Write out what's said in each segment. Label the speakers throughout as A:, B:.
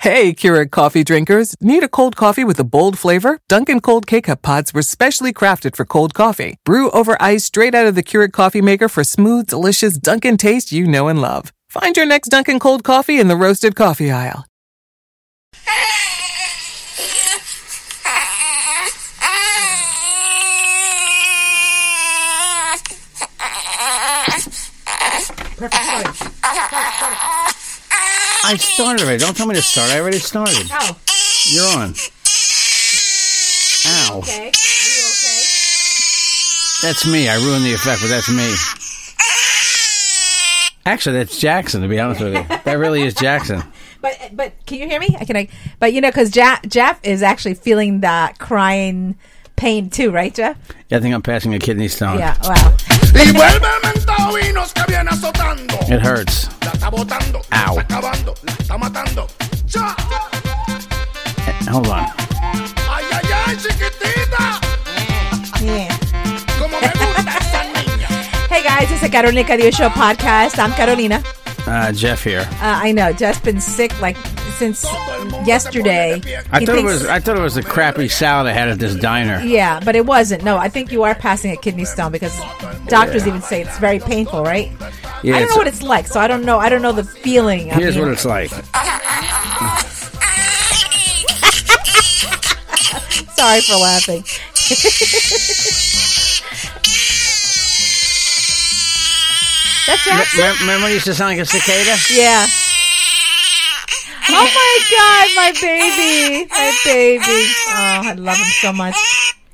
A: Hey, Keurig coffee drinkers. Need a cold coffee with a bold flavor? Dunkin' Cold K-Cup Pods were specially crafted for cold coffee. Brew over ice straight out of the Keurig coffee maker for smooth, delicious Dunkin' taste you know and love. Find your next Dunkin' Cold coffee in the roasted coffee aisle.
B: Perfect start.
C: I started already. Don't tell me to start. I already started.
B: Oh,
C: You're on. Ow.
B: okay. Are you okay?
C: That's me. I ruined the effect, but that's me. Actually, that's Jackson, to be honest with you. That really is Jackson.
B: But but can you hear me? I can. I, but you know, because Jeff, Jeff is actually feeling that crying pain too, right, Jeff?
C: Yeah, I think I'm passing a kidney stone.
B: Yeah. Wow.
D: Y vuelve el mentado y nos que viene azotando.
C: It hurts.
D: La está botando, la
C: Ow.
D: está acabando, la está matando. ¡Ya!
C: Hold on.
D: ¡Ay, ay, ay, chiquitita!
B: Yeah.
D: ¡Como me gusta esa niña!
B: Hey guys, it's the Carolina Cadillo Show podcast. I'm Carolina.
C: Uh, Jeff here.
B: Uh, I know Jeff's been sick like since yesterday.
C: I
B: He
C: thought it
B: thinks-
C: was. I thought it was a crappy salad I had at this diner.
B: yeah, but it wasn't. No, I think you are passing a kidney stone because doctors even say it's very painful, right?
C: Yeah,
B: I don't know
C: it's-
B: what it's Uh, like, so I don't know. I don't know the feeling. I
C: Here's
B: mean,
C: what it's like.
B: Sorry for laughing. That's Jackson.
C: Remember, remember when you used to sound like a cicada?
B: Yeah. Oh my god, my baby, my baby. Oh, I love him so much.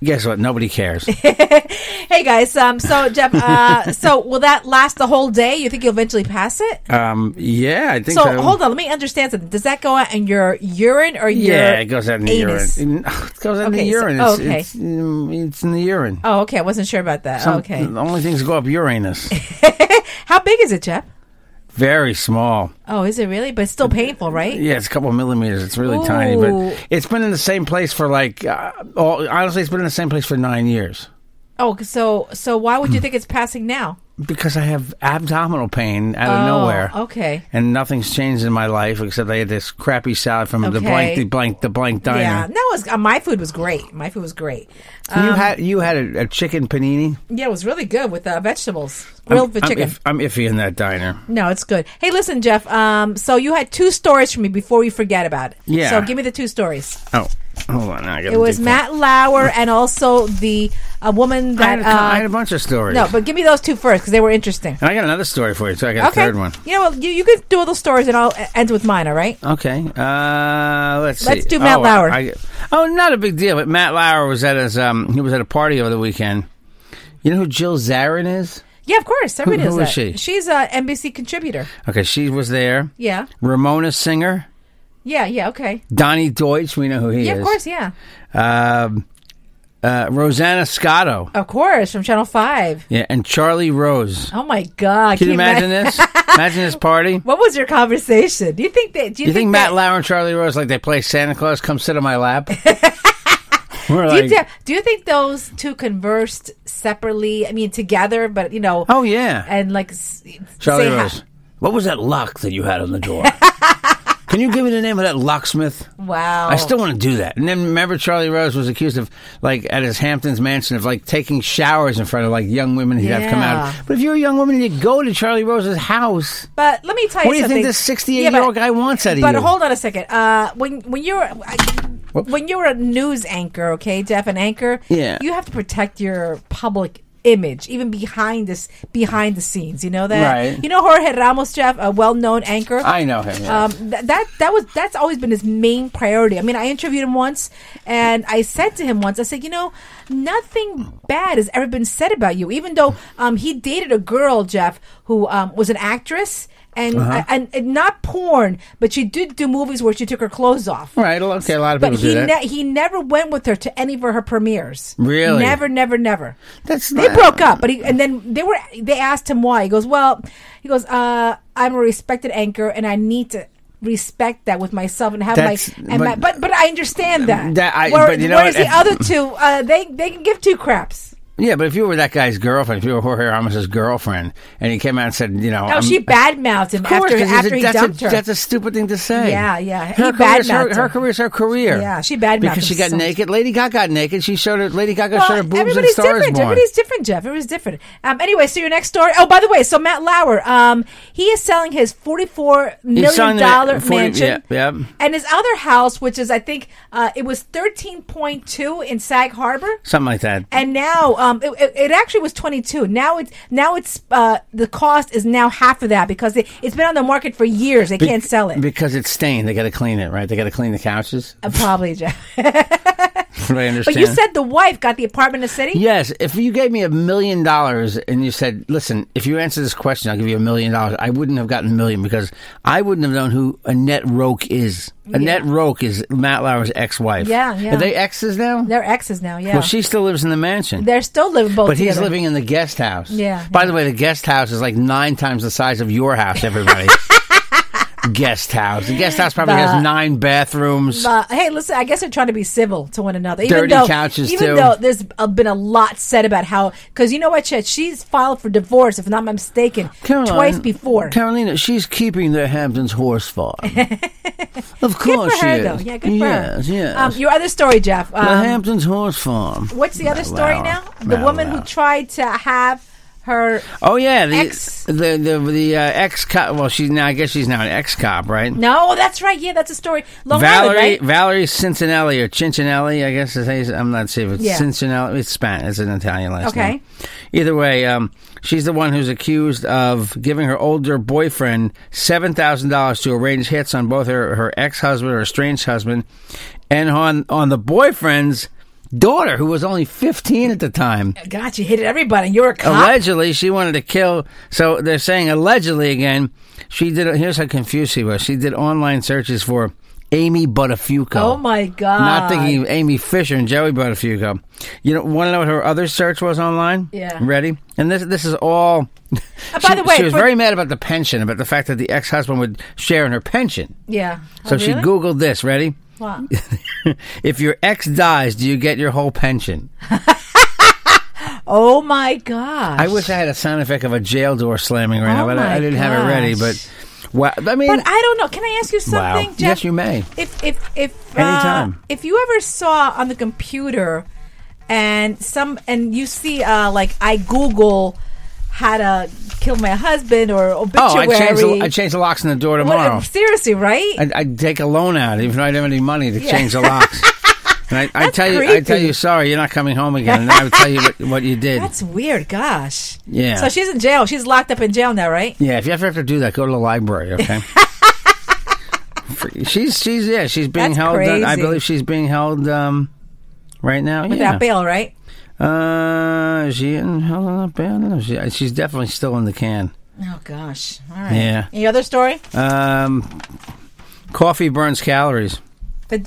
C: Guess what? Nobody cares.
B: Hey guys, um, so Jeff, uh, so will that last the whole day? You think you'll eventually pass it?
C: Um, yeah, I think
B: So
C: so.
B: hold on, let me understand something. Does that go out in your urine or your
C: Yeah, it goes out in the
B: anus?
C: urine. It goes out in the
B: Okay, so-
C: urine.
B: oh,
C: It's,
B: okay.
C: it's, mm, it's in the urine.
B: Oh, okay. I wasn't sure about that.
C: Some-
B: okay.
C: The only things that go up Uranus.
B: How big is it, Jeff?
C: Very small.
B: Oh, is it really? But it's still painful, right?
C: Yeah, it's a couple of millimeters. It's really tiny, but
B: Ooh.
C: it's been in the same place for like, uh, all, honestly, it's been in the same place for nine years
B: Oh, so so why would you
C: Hmm.
B: think it's passing now?
C: because I have abdominal pain out of
B: Oh,
C: nowhere.
B: Okay.
C: And nothing's changed in my life except I had this crappy salad from the blank,
B: Okay.
C: the blank, the blank diner.
B: Yeah. No, it was, uh, my food was great. My food was great.
C: you had you had a, a chicken panini.
B: Yeah, it was really good with uh, vegetables, grilled
C: I'm,
B: with chicken.
C: If, I'm iffy in that diner.
B: no, it's good. Hey, listen, Jeff. Um, so you had two stories for me before we forget about it.
C: Yeah.
B: So give me the two stories.
C: Oh, hold on. I gotta
B: It was
C: dig
B: Matt Lauer and also the a woman
C: for- I had,
B: that.
C: a,
B: Uh,
C: cou- I had a bunch of stories.
B: no, but give me those two first because they were interesting.
C: and I got another story for you. So I got
B: okay.
C: a third one.
B: You know, well, you you can do all those stories and I'll uh, end with mine. All right.
C: Okay. Uh, let's
B: Let's
C: see.
B: do Matt
C: oh,
B: Lauer.
C: I, I- oh, not a big deal. But Matt Lauer was at his um, he was at a party over the weekend. You know who Jill Zarin is?
B: Yeah, of course. Everybody
C: who
B: knows
C: is
B: that.
C: she?
B: She's a NBC contributor.
C: Okay, she was there.
B: Yeah.
C: Ramona Singer,
B: Yeah. Yeah. Okay.
C: Donnie Deutsch. We know who he
B: Yeah.
C: is.
B: Of course. Yeah.
C: Um, uh, Rosanna Scotto.
B: Of course, from Channel Five.
C: Yeah, and Charlie Rose.
B: Oh my God!
C: Can you
B: ima-
C: imagine this? Imagine this party.
B: What was your conversation? Do you think that? Do you,
C: You think Matt
B: that-
C: Lauer and Charlie Rose like they play Santa Claus? Come sit on my lap. We're
B: Do you,
C: like,
B: th- do you think those two conversed separately? I mean, together, but you know,
C: oh yeah,
B: and like s-
C: Charlie
B: say hi-
C: Rose. What was that lock that you had on the door? Can you give me the name of that locksmith?
B: Wow!
C: I still want to do that. And then remember, Charlie Rose was accused of like at his Hamptons mansion of like taking showers in front of like young women he'd have come out.
B: Yeah.
C: But if you're a young woman and you go to Charlie Rose's house,
B: But let me tell you
C: what do you
B: something.
C: think this 68
B: Yeah, but-
C: year old guy wants out of
B: But
C: you?
B: hold on a second. Uh, when when you're I, when you're a news anchor, okay, Jeff, an anchor,
C: Yeah.
B: you have to protect your public image, even behind this behind the scenes. You know that,
C: Right.
B: You know Jorge Ramos, Jeff, a well-known anchor.
C: I know him. yeah.
B: Um, th- that that was that's always been his main priority. I mean, I interviewed him once, and I said to him once, I said, you know, nothing bad has ever been said about you, even though um, he dated a girl, Jeff, who um, was an actress. and
C: Uh-huh.
B: and, and not porn, but she did do movies where she took her clothes off.
C: Right. Okay. A lot of
B: But
C: people
B: he
C: do that.
B: ne- he never went with her to any of her premieres.
C: Really?
B: Never, never, never.
C: That's
B: they
C: not-
B: broke up, but he and then they were they asked him why. He goes, "Well, he goes, uh, I'm a respected anchor, and I need to." Respect that with myself and have
C: That's-
B: my and my
C: but-
B: but but I understand that.
C: That I-
B: Where-
C: but you know
B: whereas
C: what?
B: the other two, uh, they they can give two craps.
C: yeah, but if you were that guy's girlfriend, if you were Jorge Ramos's girlfriend, and he came out and said, you know,
B: Oh,
C: I'm-
B: she badmouthed him
C: Um, Of course,
B: after
C: 'cause he's
B: after
C: a,
B: he
C: that's
B: dumped
C: a,
B: her.
C: That's a stupid thing to say.
B: Yeah, yeah. He
C: Her career, is her,
B: badmouthed
C: her
B: her.
C: career is her career.
B: Yeah, she badmouthed
C: because she
B: him
C: got
B: so-
C: naked. Lady Gaga got naked. She showed her. Lady Gaga showed her
B: Well,
C: boobs in
B: everybody's
C: Star
B: different.
C: is Born.
B: Everybody's different, Jeff. Everybody's different. Um, anyway, so your next story. Oh, by the way, so Matt Lauer, um, he is selling his forty-four
C: selling
B: million
C: the-
B: dollar
C: 40
B: mansion,
C: yeah, yeah.
B: and his other house, which is I think uh, it was thirteen point two in Sag Harbor.
C: Something like that.
B: And now, um, it, it, it actually was twenty two. Now it's now it's uh, the cost is now half of that because it, it's been on the market for years. They
C: Be-
B: can't sell it.
C: because it's stained. They got to clean it, right? They got to clean the couches.
B: Uh, probably, Jeff.
C: From what I understand.
B: But you said the wife got the apartment in the city.
C: Yes, if you gave me a million dollars and you said, "Listen, if you answer this question, I'll give you a million dollars," I wouldn't have gotten a million because I wouldn't have known who Annette Roque is. Annette Roque is Matt Lauer's ex-wife.
B: Yeah, yeah.
C: Are they exes now?
B: They're exes now. Yeah.
C: Well, she still lives in the mansion.
B: They're still living both.
C: but he's
B: together.
C: living in the guest house.
B: Yeah,
C: By
B: yeah.
C: the way, the guest house is like nine times the size of your house. Everybody. guest house. The guest house probably
B: But-
C: has nine bathrooms.
B: Uh, hey, listen. I guess they're trying to be civil to one another. Even
C: Dirty
B: though,
C: couches,
B: even
C: too.
B: though there's uh, been a lot said about how, because you know what, Chet, she's filed for divorce, if not mistaken,
C: Caroline-
B: twice before.
C: Carolina, she's keeping the Hamptons horse farm. of
B: good
C: course
B: for her,
C: she
B: though.
C: is.
B: Yeah, good for her.
C: yes, Yes,
B: Um, your other story, Jeff.
C: the
B: Um,
C: Hamptons horse farm.
B: what's the other story
C: Lauer.
B: now? The
C: Matt
B: woman who
C: Lauer.
B: tried to have her.
C: Oh yeah, the
B: Ex-
C: the the, the uh, ex cop. Well, she's now. I guess she's now an ex cop, right?
B: No, that's right. Yeah, that's a story. Long
C: Valerie
B: Island, right?
C: Valerie Cincinnati or Cincinnati, I guess is how you say- I'm not sure if it's
B: Yeah.
C: Cincinnati. It's Spanish. It's an Italian last
B: Okay.
C: name. Either way, um, she's the one who's accused of giving her older boyfriend seven thousand dollars to arrange hits on both her, her ex husband or estranged husband, and on on the boyfriend's daughter who was only fifteen at the time.
B: God, you hated everybody. You're a cop.
C: Allegedly, she wanted to kill. So they're saying allegedly again. She did. Here's how confused she was. She did online searches for Amy Buttafuoco.
B: Oh my God.
C: Not thinking of Amy Fisher and Joey Buttafuoco. You know, want to know what her other search was online?
B: Yeah. Uh,
C: Ready? And this this is all.
B: by
C: she,
B: the way,
C: she was
B: for-
C: very mad about the pension, about the fact that the ex husband would share in her pension.
B: Yeah.
C: So
B: oh,
C: she
B: really?
C: googled this. Ready?
B: Wow.
C: if your ex dies, do you get your whole pension?
B: Oh my God.
C: I wish I had a sound effect of a jail door slamming right now,
B: Oh
C: but I,
B: my
C: I didn't have it ready.
B: gosh.
C: But wow, I mean,
B: But I don't know. Can I ask you
C: Wow.
B: something, Jeff?
C: Yes, you may.
B: If if if uh,
C: Anytime.
B: if you ever saw on the computer and some and you see uh, like I Google how to kill my husband or
C: oh, I
B: obituary.
C: changed, the, I changed the locks on the door
B: What- uh,
C: tomorrow.
B: seriously, right?
C: I, I'd take a loan out, even though I didn't have any money to
B: Yeah.
C: change the locks. And I, I
B: That's
C: tell you, I tell
B: creepy.
C: you, sorry, you're not coming home again. And then I would tell you what, what you did.
B: That's weird. Gosh.
C: Yeah.
B: So she's in jail. She's locked up in jail now, right?
C: yeah, if you ever have to do that, go to the library. Okay. she's she's yeah she's being
B: That's
C: held. uh, I
B: crazy.
C: believe she's being held um, right now.
B: Without
C: yeah.
B: bail, right?
C: Uh, is she in held on that bail? No, She, uh, she's definitely still in the can.
B: Oh gosh. All right.
C: Yeah.
B: Any other story?
C: Um, coffee burns calories.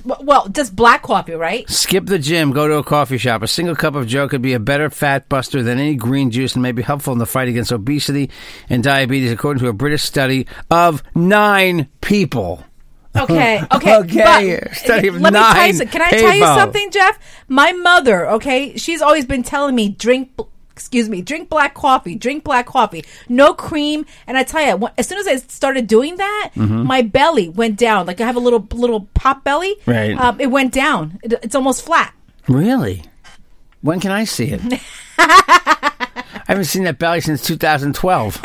B: But, well, just black coffee, right?
C: Skip the gym, go to a coffee shop. A single cup of Joe could be a better fat buster than any green juice and may be helpful in the fight against obesity and diabetes, according to a British study of nine people.
B: Okay, okay,
C: Okay,
B: But
C: study of
B: let me tell you.
C: nine
B: some- Can I tell you
C: people.
B: something, Jeff? My mother, okay, she's always been telling me drink. bl- Excuse me, drink black coffee, drink black coffee, no cream. And I tell you, wh- as soon as I started doing that,
C: Mm-hmm.
B: my belly went down. Like I have a little little pop belly.
C: Right.
B: Um, it went down. It, it's almost flat.
C: Really? When can I see it? I haven't seen that belly since 2012.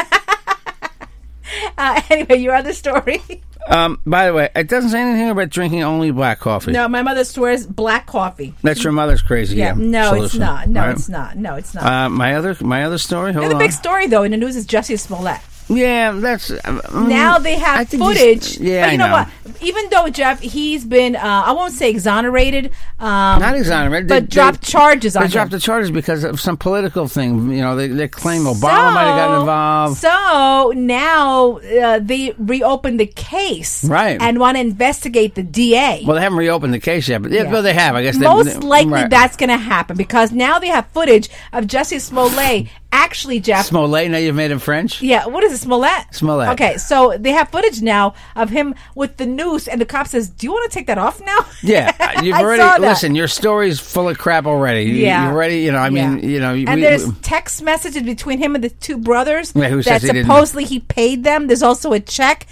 B: Uh, anyway, your other story.
C: Um, by the way, it doesn't say anything about drinking only black coffee.
B: no, my mother swears black coffee.
C: That's your mother's crazy.
B: Yeah. no, it's
C: solution,
B: not. No,
C: right?
B: it's not. No, it's not.
C: Uh, my other my other story. Hold
B: the
C: on.
B: big story though in the news is Jesse Smollett.
C: Yeah, that's mm,
B: now they
C: I
B: have
C: think he's-
B: footage.
C: Yeah,
B: but you
C: I
B: know,
C: know.
B: what? Even though Jeff, he's been uh, I won't say exonerated, um,
C: Not exonerated,
B: but
C: They-
B: dropped
C: they-
B: charges
C: They
B: on
C: dropped
B: him.
C: the charges because of some political thing. You know, they, they claim Obama might have gotten involved.
B: So now uh, they reopened the case,
C: Right.
B: and want to investigate the DA.
C: Well, they haven't reopened the case yet, but yeah,
B: Yeah.
C: well, they have. I guess they-
B: most
C: they,
B: likely
C: right.
B: that's going to happen because now they have footage of Jesse Smollett actually Jeff.
C: Smollett. Now you've made him French.
B: yeah, what is it, Smollett?
C: Smollett.
B: Okay, so they have footage now of him with the noose, and the cop says, "Do you want to take that off now?"
C: Yeah, you've
B: I
C: already
B: saw that.
C: listen. Your story's full of crap already. You,
B: Yeah,
C: you've already. You know, I mean,
B: Yeah.
C: you know, we-
B: and there's
C: we-
B: text messages between him and the two brothers
C: Yeah, who
B: that
C: says he didn't-
B: supposedly he paid them. There's also a check.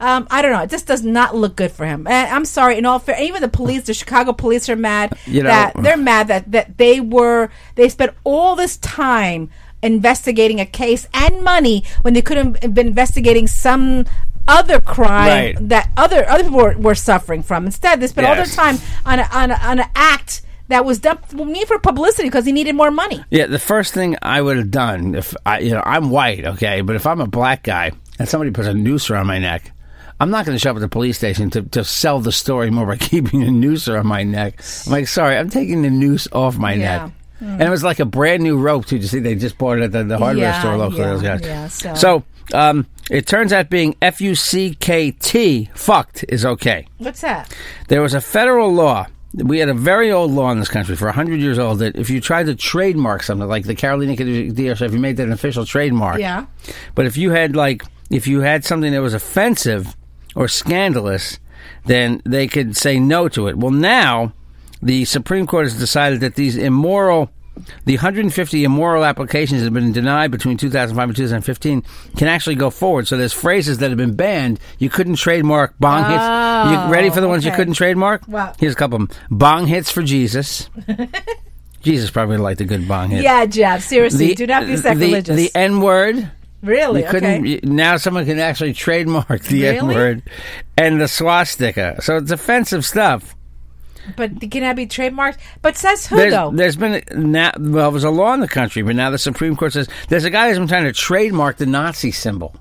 B: Um, I don't know. It just does not look good for him. And I'm sorry. In all fair, even the police, the Chicago police are mad
C: You know-
B: that they're mad that that they were they spent all this time investigating a case and money when they could have been investigating some other crime
C: Right.
B: that other other people were, were suffering from. Instead, they spent all their
C: Yes.
B: time on a, on a, on an act that was done me for publicity because he needed more money.
C: Yeah, the first thing I would have done if I, you know, I'm white, okay, but if I'm a black guy and somebody puts a noose around my neck, I'm not going to show up at the police station to, to sell the story more by keeping a noose around my neck. I'm like, sorry, I'm taking the noose off my
B: Yeah. Hmm.
C: neck. And it was like a brand new rope too. You see, they just bought it at the, the hardware
B: Yeah,
C: store locally.
B: yeah,
C: those guys.
B: yeah, so-
C: so um, it turns out being F U C K T fucked is okay.
B: What's that?
C: There was a federal law. We had a very old law in this country for 100 years old that if you tried to trademark something, like the Carolina DSA, if you made that an official trademark.
B: Yeah.
C: But if you had, like, if you had something that was offensive or scandalous, then they could say no to it. Well, now the Supreme Court has decided that these immoral, the 150 immoral applications that have been denied between 2005 and 2015 can actually go forward. So there's phrases that have been banned. You couldn't trademark bong hits. You ready for the ones you
B: Oh, okay.
C: couldn't trademark?
B: What?
C: Here's a couple of them. Bong hits for Jesus. Jesus probably liked a good bong hit.
B: Yeah, Jeff. Seriously,
C: The-
B: do not be
C: the-
B: sacrilegious.
C: the N word.
B: really?
C: You couldn't.
B: Okay.
C: you- Now someone can actually trademark the
B: Really?
C: N word and the swastika. So it's offensive stuff.
B: But th- can that be trademarked? But says who
C: There's,
B: though?
C: there's been a- now. Well, there's a law in the country, but now the Supreme Court says there's a guy who's been trying to trademark the Nazi symbol.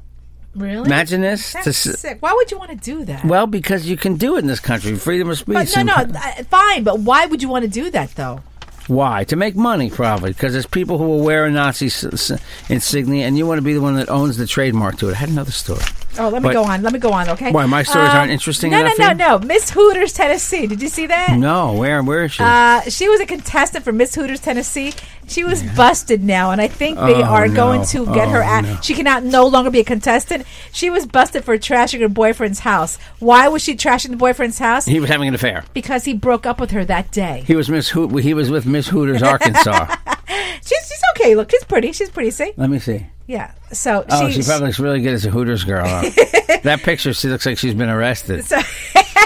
B: really?
C: Imagine this.
B: That's
C: To s-
B: sick. Why would you want to do that?
C: well, because you can do it in this country, freedom of speech.
B: but no,
C: and-
B: no, uh, fine. But why would you want to do that though?
C: Why? To make money, probably. Because there's people who will wear a Nazi s- s- insignia, and you want to be the one that owns the trademark to it. I had another story.
B: Oh, let me
C: But-
B: go on. Let me go on. Okay. Um,
C: Why, my stories aren't interesting
B: No,
C: enough
B: no,
C: for
B: no, no. Miss Hooters, Tennessee. Did you see that?
C: No, where? Where is she?
B: Uh, she was a contestant for Miss Hooters Tennessee. She was busted now, and I think they
C: Oh,
B: are
C: no.
B: going to get her
C: Oh,
B: out.
C: no.
B: She cannot no longer be a contestant. She was busted for trashing her boyfriend's house. Why was she trashing the boyfriend's house?
C: he was having an affair.
B: because he broke up with her that day.
C: He was Miss Hoot. He was with Miss Hooters, Arkansas.
B: She's, she's okay. Look, she's pretty. She's pretty. See,
C: Let me see.
B: yeah. So
C: Oh,
B: she,
C: she probably looks really good as a Hooters girl. huh? that picture, she looks like she's been arrested.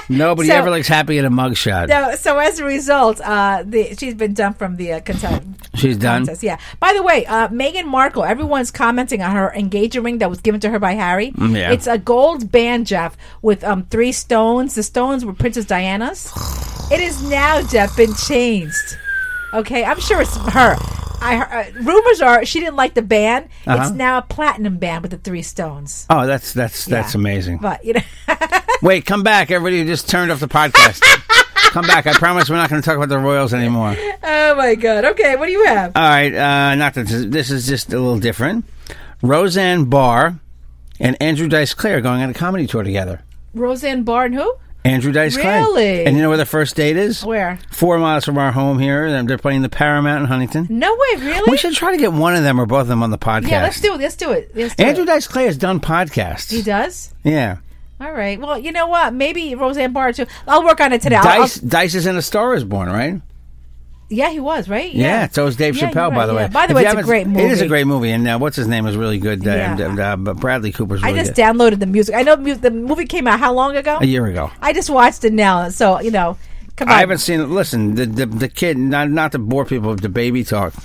C: Nobody
B: so-
C: ever looks happy in a mugshot.
B: So, so as a result, uh, the, she's been dumped from the uh, contest.
C: she's done.
B: contest. Yeah. By the way, uh, Meghan Markle, everyone's commenting on her engagement ring that was given to her by Harry.
C: Mm, yeah.
B: It's a gold band, Jeff, with um, three stones. The stones were Princess Diana's. it is now, Jeff, been changed. Okay, I'm sure it's her. I, uh, rumors are she didn't like the band.
C: Uh-huh.
B: It's now a platinum band with the three stones.
C: Oh, that's that's that's
B: Yeah.
C: amazing.
B: But you know,
C: Wait, come back, everybody! who Just turned off the podcast. come back. I promise we're not going to talk about the Royals anymore.
B: oh my God. Okay, what do you have?
C: All right, uh, not that this, this is just a little different. Roseanne Barr and Andrew Dice Clay are going on a comedy tour together.
B: Roseanne Barr and who?
C: Andrew Dice Clay.
B: Really?
C: And you know where the first date is?
B: Where?
C: Four miles from our home here. and They're playing the Paramount in Huntington.
B: No way, really?
C: We should try to get one of them or both of them on the podcast.
B: yeah, let's do it. Let's do it. Let's do
C: Andrew
B: it.
C: Dice Clay has done podcasts.
B: He does.
C: Yeah.
B: All right. Well, you know what? Maybe Roseanne Barr too. I'll work on it today. I'll- I'll-
C: Dice Dice is in A Star Is Born, right?
B: yeah, he was right.
C: Yeah. so is Dave
B: Yeah,
C: Chappelle,
B: you're
C: by the
B: right,
C: way.
B: yeah. By the
C: If
B: way,
C: you
B: it's a
C: haven't-
B: great movie.
C: It is a great movie, and uh, what's his name is really good. Uh,
B: Yeah.
C: and, uh, but Bradley Cooper's
B: I
C: really
B: just
C: good.
B: downloaded the music. I know mu- the movie came out how long ago?
C: a year ago.
B: I just watched it now, so you know. Come on.
C: I haven't seen it. Listen, the, the the kid, not not to bore people with the baby talk,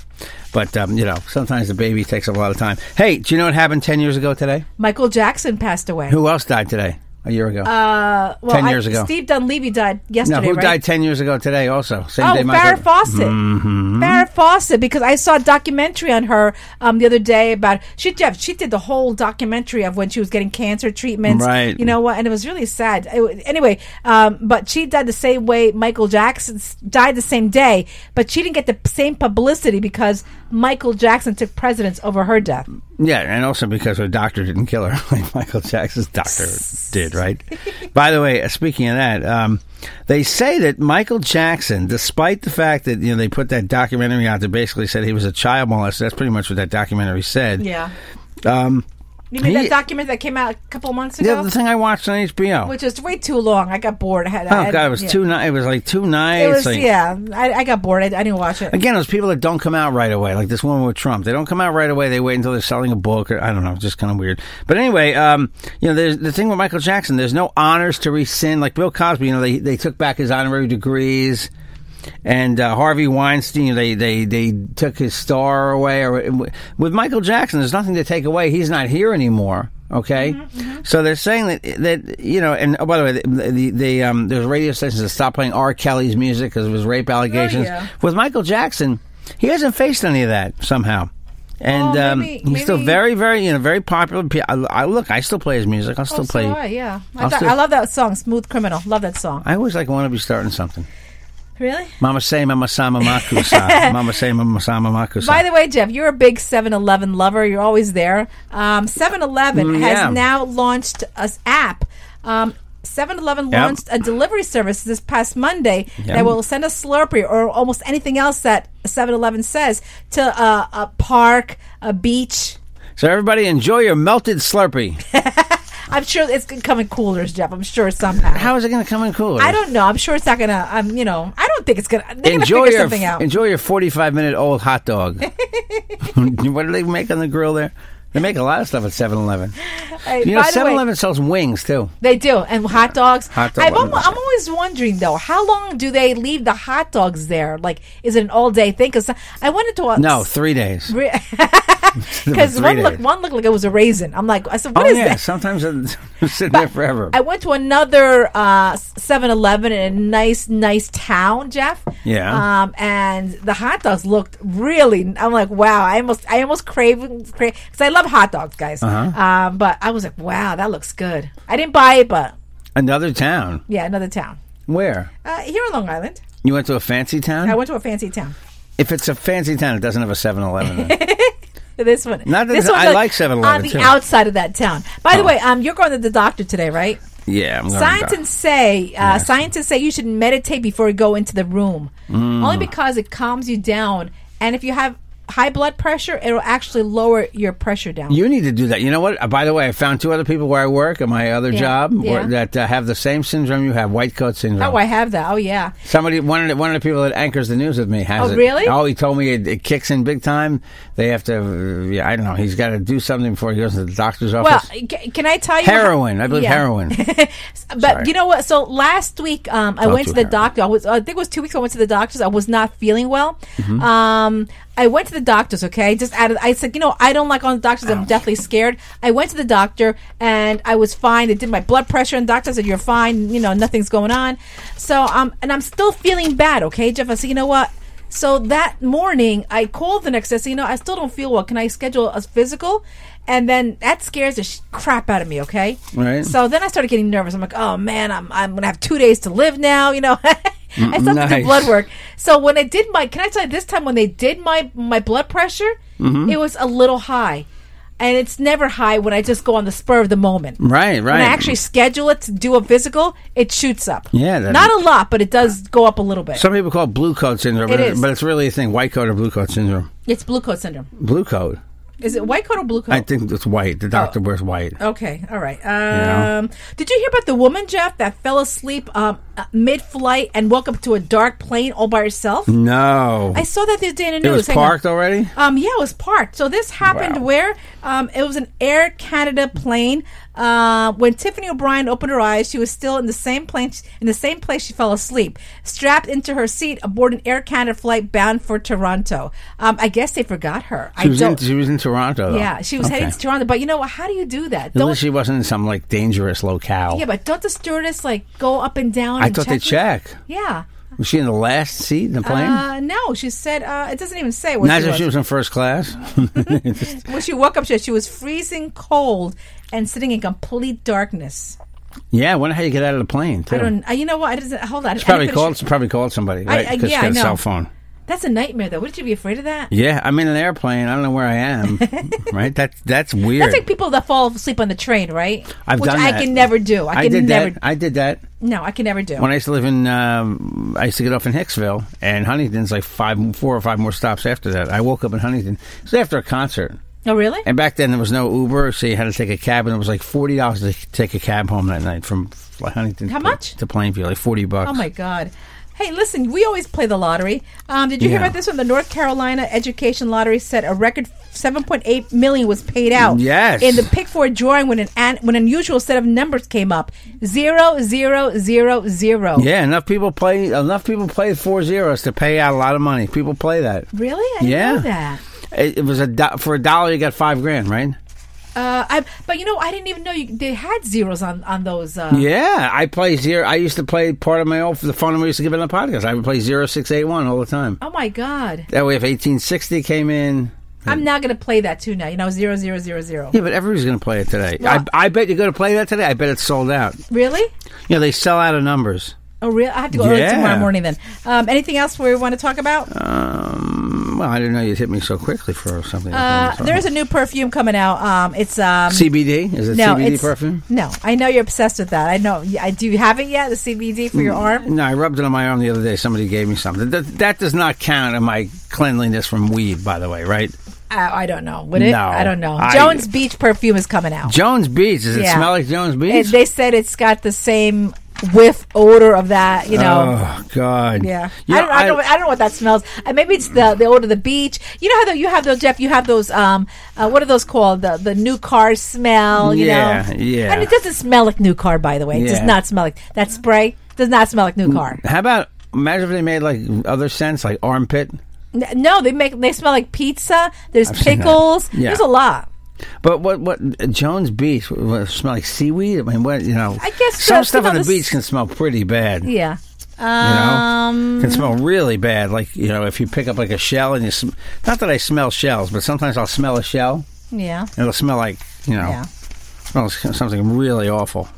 C: but um, you know, sometimes the baby takes a lot of time. Hey, do you know what happened ten years ago today?
B: Michael Jackson passed away.
C: Who else died today? a year ago. Uh,
B: Well,
C: ten
B: I-
C: years ago.
B: Steve Dunleavy died yesterday.
C: no, who
B: right?
C: died ten years ago today? Also, same
B: Oh,
C: day.
B: Farrah
C: Michael.
B: Fawcett.
C: Mm-hmm.
B: Farrah Fawcett, because I saw a documentary on her um, the other day about she Jeff, she did the whole documentary of when she was getting cancer treatments.
C: Right.
B: You know what? And it was really sad. It wa- anyway, um, but she died the same way Michael Jackson s- died the same day, but she didn't get the p- same publicity because Michael Jackson took precedence over her death.
C: Yeah, and also because her doctor didn't kill her, like Michael Jackson's doctor did, right? By the way, uh, speaking of that, um, they say that Michael Jackson, despite the fact that you know they put that documentary out that basically said he was a child molester, that's pretty much what that documentary said. Um,
B: You mean
C: He-
B: that document that came out a couple months
C: yeah,
B: ago?
C: the thing I watched on HBO.
B: which was way too long. I got bored. I had, I
C: oh
B: had-
C: God, it was
B: yeah.
C: two nights. It was like two nights.
B: It was
C: like-
B: yeah. I, I got bored. I, I didn't watch it.
C: Again, those people that don't come out right away, like this woman with Trump. They don't come out right away. They wait until they're selling a book, or I don't know, it's just kind of weird. But anyway, um, you know, there's the thing with Michael Jackson. There's no honors to rescind. Like Bill Cosby, you know, they they took back his honorary degrees, and uh, Harvey Weinstein, you know, they they they took his star away. Or with Michael Jackson, there's nothing to take away. He's not here anymore. Okay,
B: Mm-hmm,
C: so they're saying that that you know, and oh, by the way, the, the, the um, there's radio stations that stopped playing R. Kelly's music because of his rape allegations.
B: Oh, yeah.
C: With Michael Jackson, he hasn't faced any of that somehow, and
B: Oh,
C: um,
B: maybe-
C: he's still
B: maybe-
C: very, very, you know, very popular. P- I, I- look, I still play his music. I'll still
B: Oh,
C: play.
B: So do I, yeah, I,
C: I'll
B: thought,
C: still-
B: I love that song, "Smooth Criminal." Love that song.
C: I always like want to be starting something.
B: Really?
C: Mama say, Mama sama makusa. Mama say, Mama sama makusa.
B: By the way, Jeff, you're a big 7-Eleven lover. You're always there. Um, 7-Eleven
C: Mm,
B: has
C: yeah.
B: now launched an app. Um, 7-Eleven
C: Yep.
B: launched a delivery service this past Monday that will send a Slurpee or almost anything else that 7-Eleven says to uh, a park, a beach.
C: so everybody enjoy your melted Slurpee.
B: I'm sure it's going to come in coolers, Jeff. I'm sure somehow.
C: How is it going to come in cool?
B: I don't know. I'm sure it's not going to, um, you know, I don't think it's going to. They're going to
C: enjoy
B: figure
C: your
B: something out.
C: enjoy your forty five minute old hot dog. what do they make on the grill there? They make a lot of stuff at 7-Eleven.
B: Hey,
C: You know,
B: by the way-
C: 7-Eleven sells wings too.
B: They do, and hot dogs.
C: Hot dog
B: I've
C: ones.
B: almo- I'm always wondering though, how long do they leave the hot dogs there? Like, is it an all day thing? Because I wanted to. uh,
C: No, three days.
B: because
C: three
B: one looked
C: days.
B: one looked like it was a raisin. I'm like, I said, what
C: oh
B: is
C: yeah,
B: that?
C: sometimes they're sitting there forever.
B: I went to another uh, 7-Eleven in a nice, nice town, Jeff.
C: Yeah.
B: Um, and the hot dogs looked really. I'm like, wow. I almost, I almost crave, crave because I love hot dogs, guys.
C: Uh-huh.
B: Um, but I was like, wow, that looks good. I didn't buy it, but
C: Another town.
B: yeah, another town
C: Where?
B: uh, here on Long Island.
C: You went to a fancy town?
B: I went to a fancy town.
C: if it's a fancy town, it doesn't have a 7-Eleven. in it.
B: This one,
C: Not that
B: this
C: it's- I
B: looked
C: like 7-Eleven,
B: on the
C: too. Oh.
B: outside of that town. By the way, um, you're going to the doctor today, right?
C: yeah, I'm going
B: Scientists say uh, scientists say you should meditate before you go into the room,
C: Mm.
B: only because it calms you down, and if you have high blood pressure, it'll actually lower your pressure down.
C: You need to do that. You know what? Uh, By the way, I found two other people where I work at my other
B: Yeah,
C: job where-
B: yeah.
C: that uh, have the same syndrome you have, white coat syndrome.
B: oh, I have that. Oh, yeah.
C: Somebody, one of the, one of the people that anchors the news with me has
B: Oh,
C: it.
B: really?
C: Oh, he told me it, it kicks in big time. They have to, uh, yeah, I don't know. He's got to do something before he goes to the doctor's
B: Well,
C: office.
B: ca- can I tell you? how-
C: heroin, I believe
B: Yeah.
C: heroin.
B: but you know what? So last week, um, I
C: Not
B: went
C: too
B: to the
C: hairy.
B: doctor. I was, I think it was two weeks. ago I went to the doctor's. I was not feeling well. Um, I went to the doctor's. Okay, just out of, I said, you know, I don't like going to the doctors. I'm definitely scared. I went to the doctor and I was fine. They did my blood pressure and the doctor said, you're fine. You know, nothing's going on. So um, and I'm still feeling bad. Okay, Jeff. I said, you know what? So that morning, I called the next day. I said, you know, I still don't feel well. Can I schedule a physical? And then that scares the sh- crap out of me. Okay,
C: Right.
B: So so Oh, then I started getting nervous. I'm like, oh man, I'm I'm gonna have two days to live now. You know, I still have to
C: nice.
B: do blood work. So when I did my, can I tell you this time when they did my my blood pressure,
C: Mm-hmm.
B: it was a little high, and it's never high when I just go on the spur of the moment.
C: Right,
B: When
C: right.
B: I actually schedule it to do a physical, it shoots up.
C: Yeah, that-
B: not a lot, but it does go up a little bit.
C: Some people call it blue coat syndrome,
B: It
C: but,
B: is.
C: but it's really a thing white coat or blue coat syndrome.
B: it's blue coat syndrome.
C: Blue coat.
B: Is it white coat or blue coat?
C: I think it's white. The doctor
B: Oh.
C: wears white.
B: Okay, all right. Um, Did you hear about the woman, Jeff, that fell asleep um, uh, uh, mid-flight and walk up to a dark plane all by herself?
C: No.
B: I saw that the other day in the
C: Mm. it
B: news.
C: was
B: Hang on.
C: parked already?
B: Um, yeah, it was parked. So this happened
C: Wow.
B: where um, it was an Air Canada plane. Uh, when Tiffany O'Brien opened her eyes, she was still in the same plane. In the same place, she fell asleep, strapped into her seat aboard an Air Canada flight bound for Toronto. Um, I guess they forgot her.
C: She
B: I
C: was, in,
B: don't.
C: she was in Toronto, though.
B: yeah, she was
C: Okay.
B: heading to Toronto. But you know what? How do you do that?
C: At
B: Don't.
C: least she wasn't in some like dangerous locale.
B: yeah, but don't the stewardess like go up and down?
C: Oh. I
B: and
C: thought they
B: check?
C: check.
B: Yeah.
C: Was she in the last seat in the plane?
B: Uh, no, she said uh, it doesn't even say what
C: Not
B: she
C: if
B: was.
C: she was in first class.
B: When she woke up, she, she was freezing cold and sitting in complete darkness.
C: yeah, I wonder how you get out of the plane. Too.
B: I don't. I, you know what? I doesn't. Hold on.
C: She probably called. she probably called somebody,
B: I-
C: right?
B: I-
C: she
B: yeah,
C: got
B: I
C: a
B: know.
C: cell phone.
B: That's a nightmare, though. Wouldn't you be afraid of that?
C: Yeah, I'm in an airplane. I don't know where I am. right? That's that's weird.
B: That's like people that fall asleep on the train, right?
C: I've
B: Which
C: done
B: I
C: that.
B: can never do. I can
C: did
B: never.
C: That. I did that
B: no, I can never do.
C: when I used to live in. Um, I used to get off in Hicksville, and Huntington's like five, four or five more stops after that. I woke up in Huntington. It was after a concert.
B: oh, really?
C: And back then there was no Uber, so you had to take a cab, and it was like forty dollars to take a cab home that night from Huntington.
B: How
C: to-
B: much?
C: to Plainview? Like forty bucks.
B: Oh my God. Hey, listen. We always play the lottery. Um, did you hear
C: Yeah.
B: about this one? The North Carolina Education Lottery set a record 7.8 million was paid out.
C: Yes.
B: In the pick for a drawing, when an, an when an unusual set of numbers came up, zero, zero, zero, zero.
C: Yeah, enough people play. Enough people play four zeros to pay out a lot of money. People play that.
B: Really? I didn't
C: Yeah.
B: know that.
C: It, it was a do- for a dollar you got five grand, right?
B: Uh, I, but you know, I didn't even know you, they had zeros on on those. Uh,
C: Yeah, I play zero. I used to play part of my old the phone number I used to give on the podcast. I would play zero six eight one all the time.
B: Oh my god!
C: That way, if eighteen sixty came in,
B: I'm not gonna play that too now. You know, zero zero zero zero.
C: yeah, but everybody's going to play it today.
B: Well-
C: I, I bet you're going to play that today. I bet it's sold out.
B: Really?
C: You know, they sell out of numbers.
B: Oh, real? I have to go early
C: Yeah.
B: tomorrow morning then. Um, anything else we want to talk about?
C: Um, well, I didn't know you'd hit me so quickly for something.
B: Uh, there's a new perfume coming out. Um, it's um,
C: CBD. Is it
B: no,
C: CBD
B: it's
C: perfume?
B: no. I know you're obsessed with that. I know. Yeah, I do. You have it yet? The CBD for your
C: Mm.
B: arm?
C: No, I rubbed it on my arm the other day. Somebody gave me something. That, that does not count in my cleanliness from weed, by the way, right?
B: I, I don't know. Would it?
C: No.
B: I don't know.
C: I-
B: Jones Beach perfume is coming out.
C: Jones Beach. Does it
B: Yeah.
C: smell like Jones
B: It-
C: Beach?
B: they said it's got the same whiff odor of that. You know.
C: oh God.
B: Yeah,
C: You
B: I
C: know,
B: don't, I, don't, I don't know what that smells. Uh, maybe it's the the odor of the beach. You know how though you have those Jeff, you have those um, uh, what are those called? The the new car smell. You
C: Yeah,
B: know,
C: yeah.
B: And it doesn't smell like new car, by the way. It does
C: Yeah. Mm.
B: not smell like that spray. Does not smell like new car.
C: How about imagine if they made like other scents, like armpit?
B: N- No, they make they smell like pizza. There's
C: seen that.
B: pickles.
C: Yeah.
B: There's a lot.
C: But what what Jones Beach what, what, smell like seaweed? I mean, what you know?
B: I guess
C: some
B: that's-
C: stuff
B: you know,
C: on the
B: this-
C: beach can smell pretty bad.
B: Yeah.
C: You know,
B: Um,
C: can smell really bad. Like you know, if you pick up like a shell and you, sm- not that I smell shells, but sometimes I'll smell a shell.
B: yeah.
C: and It'll smell like you know,
B: Yeah.
C: smells something really awful.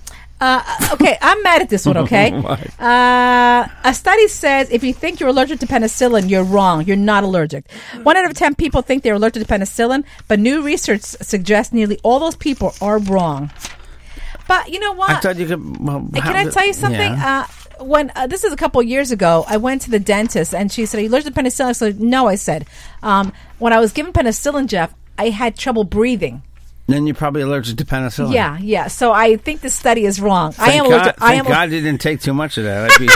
B: Uh, okay, I'm mad at this one,
C: Oh
B: okay? uh, a study says if you think you're allergic to penicillin, you're wrong. You're not allergic. One out of 10 people think they're allergic to penicillin, but new research suggests nearly all those people are wrong. But you know what?
C: I thought you could. Well,
B: Uh, Can I tell you something? Uh, when uh, this is a couple years ago, I went to the dentist and she said, "Are you allergic to penicillin?" I said, "No." I said, um, "When I was given penicillin, Jeff, I had trouble breathing."
C: then you're probably allergic to penicillin.
B: Yeah, yeah. So I think this study is wrong. I
C: Thank
B: am
C: God,
B: allergic.
C: Thank
B: I am.
C: God you didn't take too much of that. I'd be,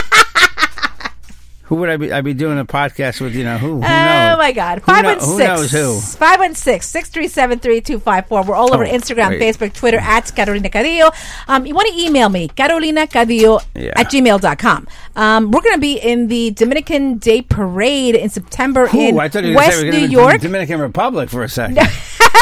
C: who would I be? I'd be doing a podcast with you know who? who
B: Oh
C: knows?
B: my God!
C: Who
B: Five
C: kno-
B: one
C: who
B: six.
C: knows who?
B: Five one six six three seven three two five four. We're all over
C: Oh,
B: Instagram,
C: wait.
B: Facebook, Twitter at Carolina Cadillo. Um, you want to email me, Carolina Cadillo
C: Yeah.
B: at gmail.com. Um, we're going to be in the Dominican Day Parade in September in
C: Ooh, I thought you were gonna
B: West
C: say we were
B: New
C: gonna be in
B: York.
C: the Dominican Republic for a second,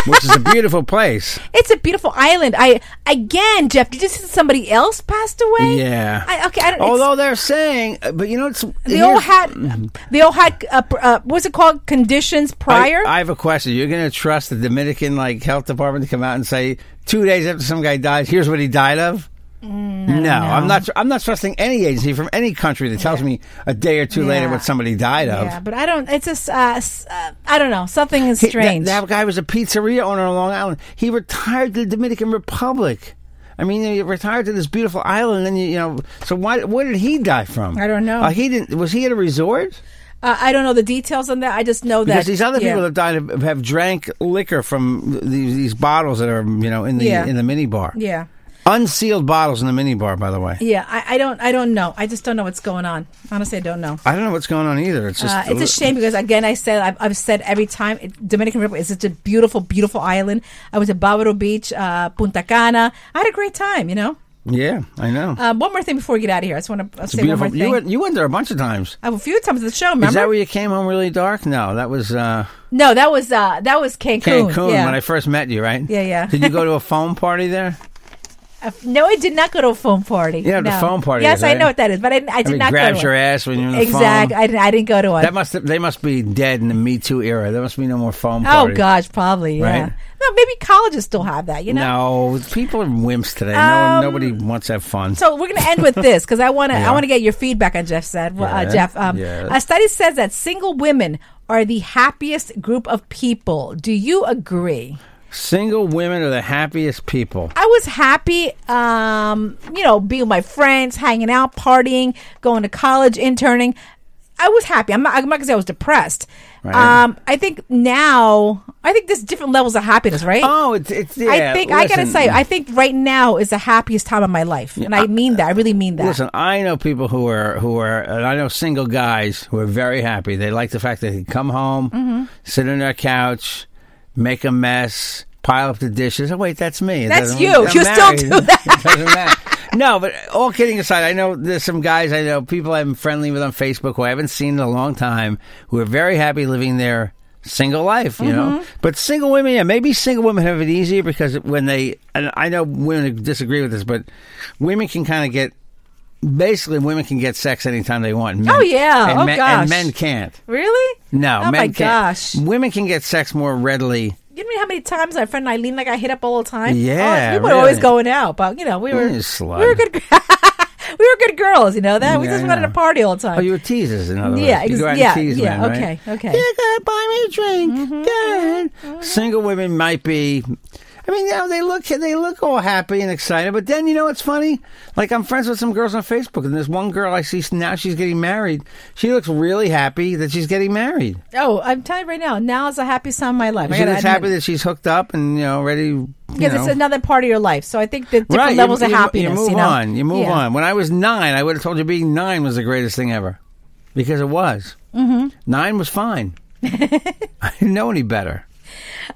C: which is a beautiful place.
B: It's a beautiful island. I again, Jeff, did you see somebody else passed away?
C: Yeah.
B: I, okay. I don't, it's-
C: Although they're saying, uh, but you know, it's
B: they all
C: here's-
B: had they all had uh, pr- uh, what's it called conditions prior.
C: I, I have a question. You're going to trust the Dominican like health department to come out and say two days after some guy dies, here's what he died of?
B: Mm,
C: No, I'm not. tr- I'm not trusting any agency from any country that tells me a day or two later
B: Yeah.
C: what somebody died of.
B: Yeah, but I don't. It's just, uh, s- uh, I don't know. Something is
C: He-
B: strange.
C: That, that guy was a pizzeria owner on Long Island. He retired to the Dominican Republic. I mean, he retired to this beautiful island, and then you, you know. So why? Where did he die from?
B: I don't know.
C: Uh, he didn't. Was he at a resort?
B: uh, I don't know the details on that. I just know that
C: Because these other
B: yeah.
C: people that died have, have drank liquor from these, these bottles that are you know in the
B: Yeah.
C: in the mini bar.
B: yeah.
C: Unsealed bottles in the minibar, by the way.
B: Yeah, I, I don't I don't know. I just don't know what's going on. Honestly, I don't know.
C: I don't know what's going on either. It's just
B: Uh, it's a shame because again, I said I've, I've said every time it, Dominican Republic is such a beautiful, beautiful island. I was at Bávaro Beach, uh, Punta Cana. I had a great time. You know.
C: Yeah, I know.
B: Uh, one more thing before we get out of here, I just want to
C: it's
B: say one more
C: beautiful. You
B: thing.
C: went, you went there a bunch of times.
B: I have a few times at the show. Remember?
C: Is that where you came home really dark? No, that was uh,
B: no, that was uh, that was Cancun.
C: Cancun
B: yeah.
C: when I first met you, right?
B: Yeah, yeah.
C: Did you go to a foam party there?
B: Uh, no, I did not go to a foam party.
C: Yeah, the
B: No.
C: foam party
B: Yes,
C: is,
B: I
C: right?
B: know what that is, but I, didn't- I did
C: mean,
B: not go
C: grabs
B: to
C: your
B: one.
C: ass when you're in the
B: Exactly.
C: foam.
B: I didn't. I didn't go to one.
C: That must they must be dead in the Me Too era. There must be no more foam
B: oh
C: parties.
B: gosh, probably. Yeah.
C: Right?
B: No, maybe colleges still have that. You know.
C: No, people are wimps today. No,
B: Um,
C: nobody wants to have fun.
B: So we're going to end with this because I want to I want to get your feedback on Jeff said well, uh,
C: Yeah.
B: Jeff. Um,
C: Yeah.
B: A study says that single women are the happiest group of people. Do you agree?
C: Single women are the happiest people.
B: I was happy, um, you know, being with my friends, hanging out, partying, going to college, interning. I was happy. I'm not, I'm not gonna say I was depressed.
C: Right.
B: Um, I think now, I think there's different levels of happiness, right?
C: Oh, it's it's. Yeah,
B: I think I gotta
C: listen.
B: say, I think right now is the happiest time of my life, and I mean that. I really mean that.
C: Listen, I know people who are who are, and I know single guys who are very happy. They like the fact that they can come home,
B: Mm-hmm.
C: sit on their couch, make a mess, pile up the dishes. Oh wait, that's me. It
B: That's
C: doesn't-
B: you.
C: I'm
B: You still
C: married.
B: do that.
C: It doesn't matter. No, but all kidding aside, I know there's some guys I know, people I'm friendly with on Facebook who I haven't seen in a long time, who are very happy living their single life, you
B: Mm-hmm.
C: know. But single women, yeah, maybe single women have it easier because when they, and I know women disagree with this, but women can kind of get, basically, women can get sex anytime they want. Men-
B: Oh, yeah.
C: and
B: Oh,
C: men,
B: gosh.
C: and men can't.
B: Really?
C: No,
B: Oh
C: men
B: my
C: can't.
B: gosh! You
C: Women can get sex more readily.
B: know how many times my friend Eileen like I hit up all the time.
C: Yeah,
B: oh, we were always
C: really.
B: going out, but you know we were
C: You slut.
B: we were good we were good girls. You know that we
C: Yeah,
B: just
C: I
B: wanted
C: know.
B: to party all the time.
C: Oh, you were teasers, in other
B: Yeah,
C: words. You
B: ex-
C: go out
B: yeah,
C: and tease
B: yeah,
C: men, right?
B: okay, okay. Mm-hmm,
C: Yeah, go ahead, buy me a drink. Go ahead. Single women might be. I mean, you know, they look they look all happy and excited, but then you know what's funny? Like I'm friends with some girls on Facebook, and there's one girl I see now. She's getting married. She looks really happy that she's getting married.
B: oh, I'm telling you right now, now is the happiest time of my life. I
C: She
B: gotta
C: looks
B: admit.
C: happy that she's hooked up and you know ready. You
B: because
C: know.
B: it's another part of your life. So I think the different
C: Right, you-
B: levels of
C: you-
B: happiness.
C: You move
B: know?
C: on. You move
B: Yeah.
C: on. When I was nine, I would have told you being nine was the greatest thing ever, because it was. Mm-hmm. Nine was fine. I didn't know any better.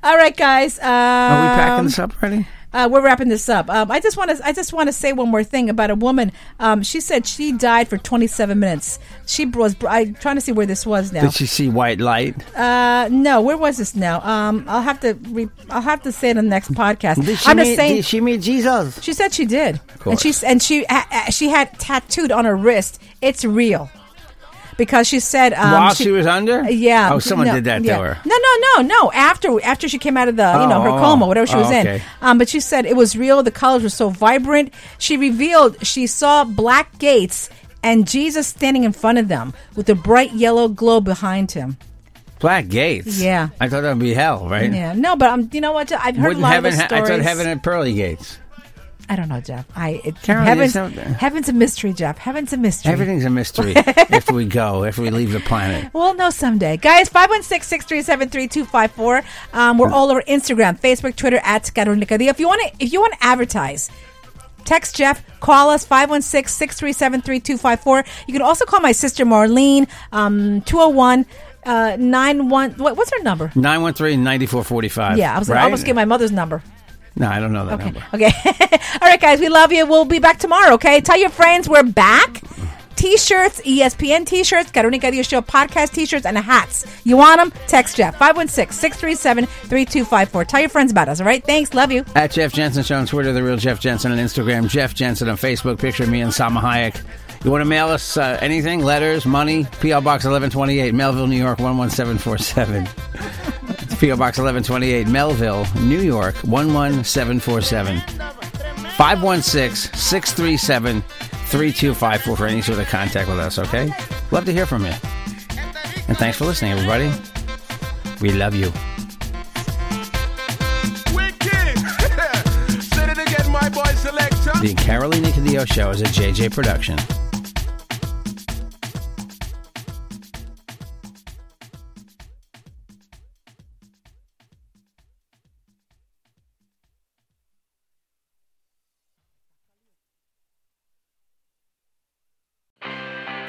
B: All right, guys. Um,
C: Are we packing this up already?
B: Uh, we're wrapping this up. Um, I just want to. I just want to say one more thing about a woman. Um, she said she died for 27 minutes. She was. I'm trying to see where this was now.
C: Did she see white light?
B: Uh, no, where was this now? Um, I'll have to. Re- I'll have to say it on the next podcast.
C: Did she
B: I'm
C: meet,
B: just saying.
C: Did
B: She-,
C: she meet Jesus?
B: said she did, and
C: course.
B: she and she uh, uh, she had tattooed on her wrist. It's real, because she said um,
C: While she, was under?
B: yeah.
C: Oh, someone
B: no,
C: did that
B: yeah.
C: to her.
B: No, no, no, no. After after she came out of the you know her
C: Oh,
B: coma, whatever she
C: oh,
B: was in.
C: okay.
B: Um, but she said it was real. The colors were so vibrant. She revealed she saw black gates and Jesus standing in front of them with a bright yellow glow behind him.
C: Black gates.
B: Yeah.
C: I thought that would be hell, right?
B: Yeah, no, but um, you know what? I've heard
C: Wouldn't
B: a lot
C: heaven
B: of the
C: ha- I
B: stories.
C: thought heaven had pearly gates.
B: I don't know, Jeff. I it,
C: Carol,
B: heaven's,
C: you sound-
B: heaven's a mystery, Jeff. Heaven's a mystery.
C: Everything's a mystery after we go, after we leave the planet.
B: We'll know someday. Guys, 516-637-3254. Um, we're all over Instagram, Facebook, Twitter, at Carolina Cadillo. If you want to, if you want to advertise, text Jeff, call us, 516-637-3254. You can also call my sister Marlene, um, 201 uh, 91 what, what's her number?
C: 913 9445.
B: Yeah, I was gonna
C: right?
B: almost give my mother's number.
C: No, I don't know that number.
B: Okay. All right, guys. We love you. We'll be back tomorrow. Okay. Tell your friends we're back. T-shirts, E ESPN T-shirts, Carolina Cadillo Show podcast T-shirts, and hats. You want them? Text Jeff 516-637-3254. Tell your friends about us. All right. Thanks. Love you.
C: At Jeff Jensen Show on Twitter, The Real Jeff Jensen on Instagram, Jeff Jensen on Facebook. Picture me and Salma Hayek. You want to mail us uh, anything? Letters, money? P.O. Box 1128, Melville, New York, 11747. It's P.O. Box 1128, Melville, New York, 11747. 516 637 3254 for any sort of contact with us, okay? Love to hear from you. And thanks for listening, everybody. We love you.
D: Wicked. Say it again, my boy selector.
C: The Carolina Cadillo Show is a JJ production.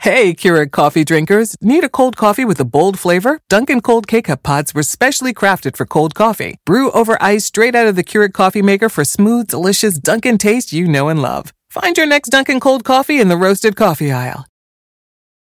A: Hey, Keurig coffee drinkers. Need a cold coffee with a bold flavor? Dunkin' Cold K-Cup Pods were specially crafted for cold coffee. Brew over ice straight out of the Keurig coffee maker for smooth, delicious Dunkin' taste you know and love. Find your next Dunkin' Cold Coffee in the roasted coffee aisle.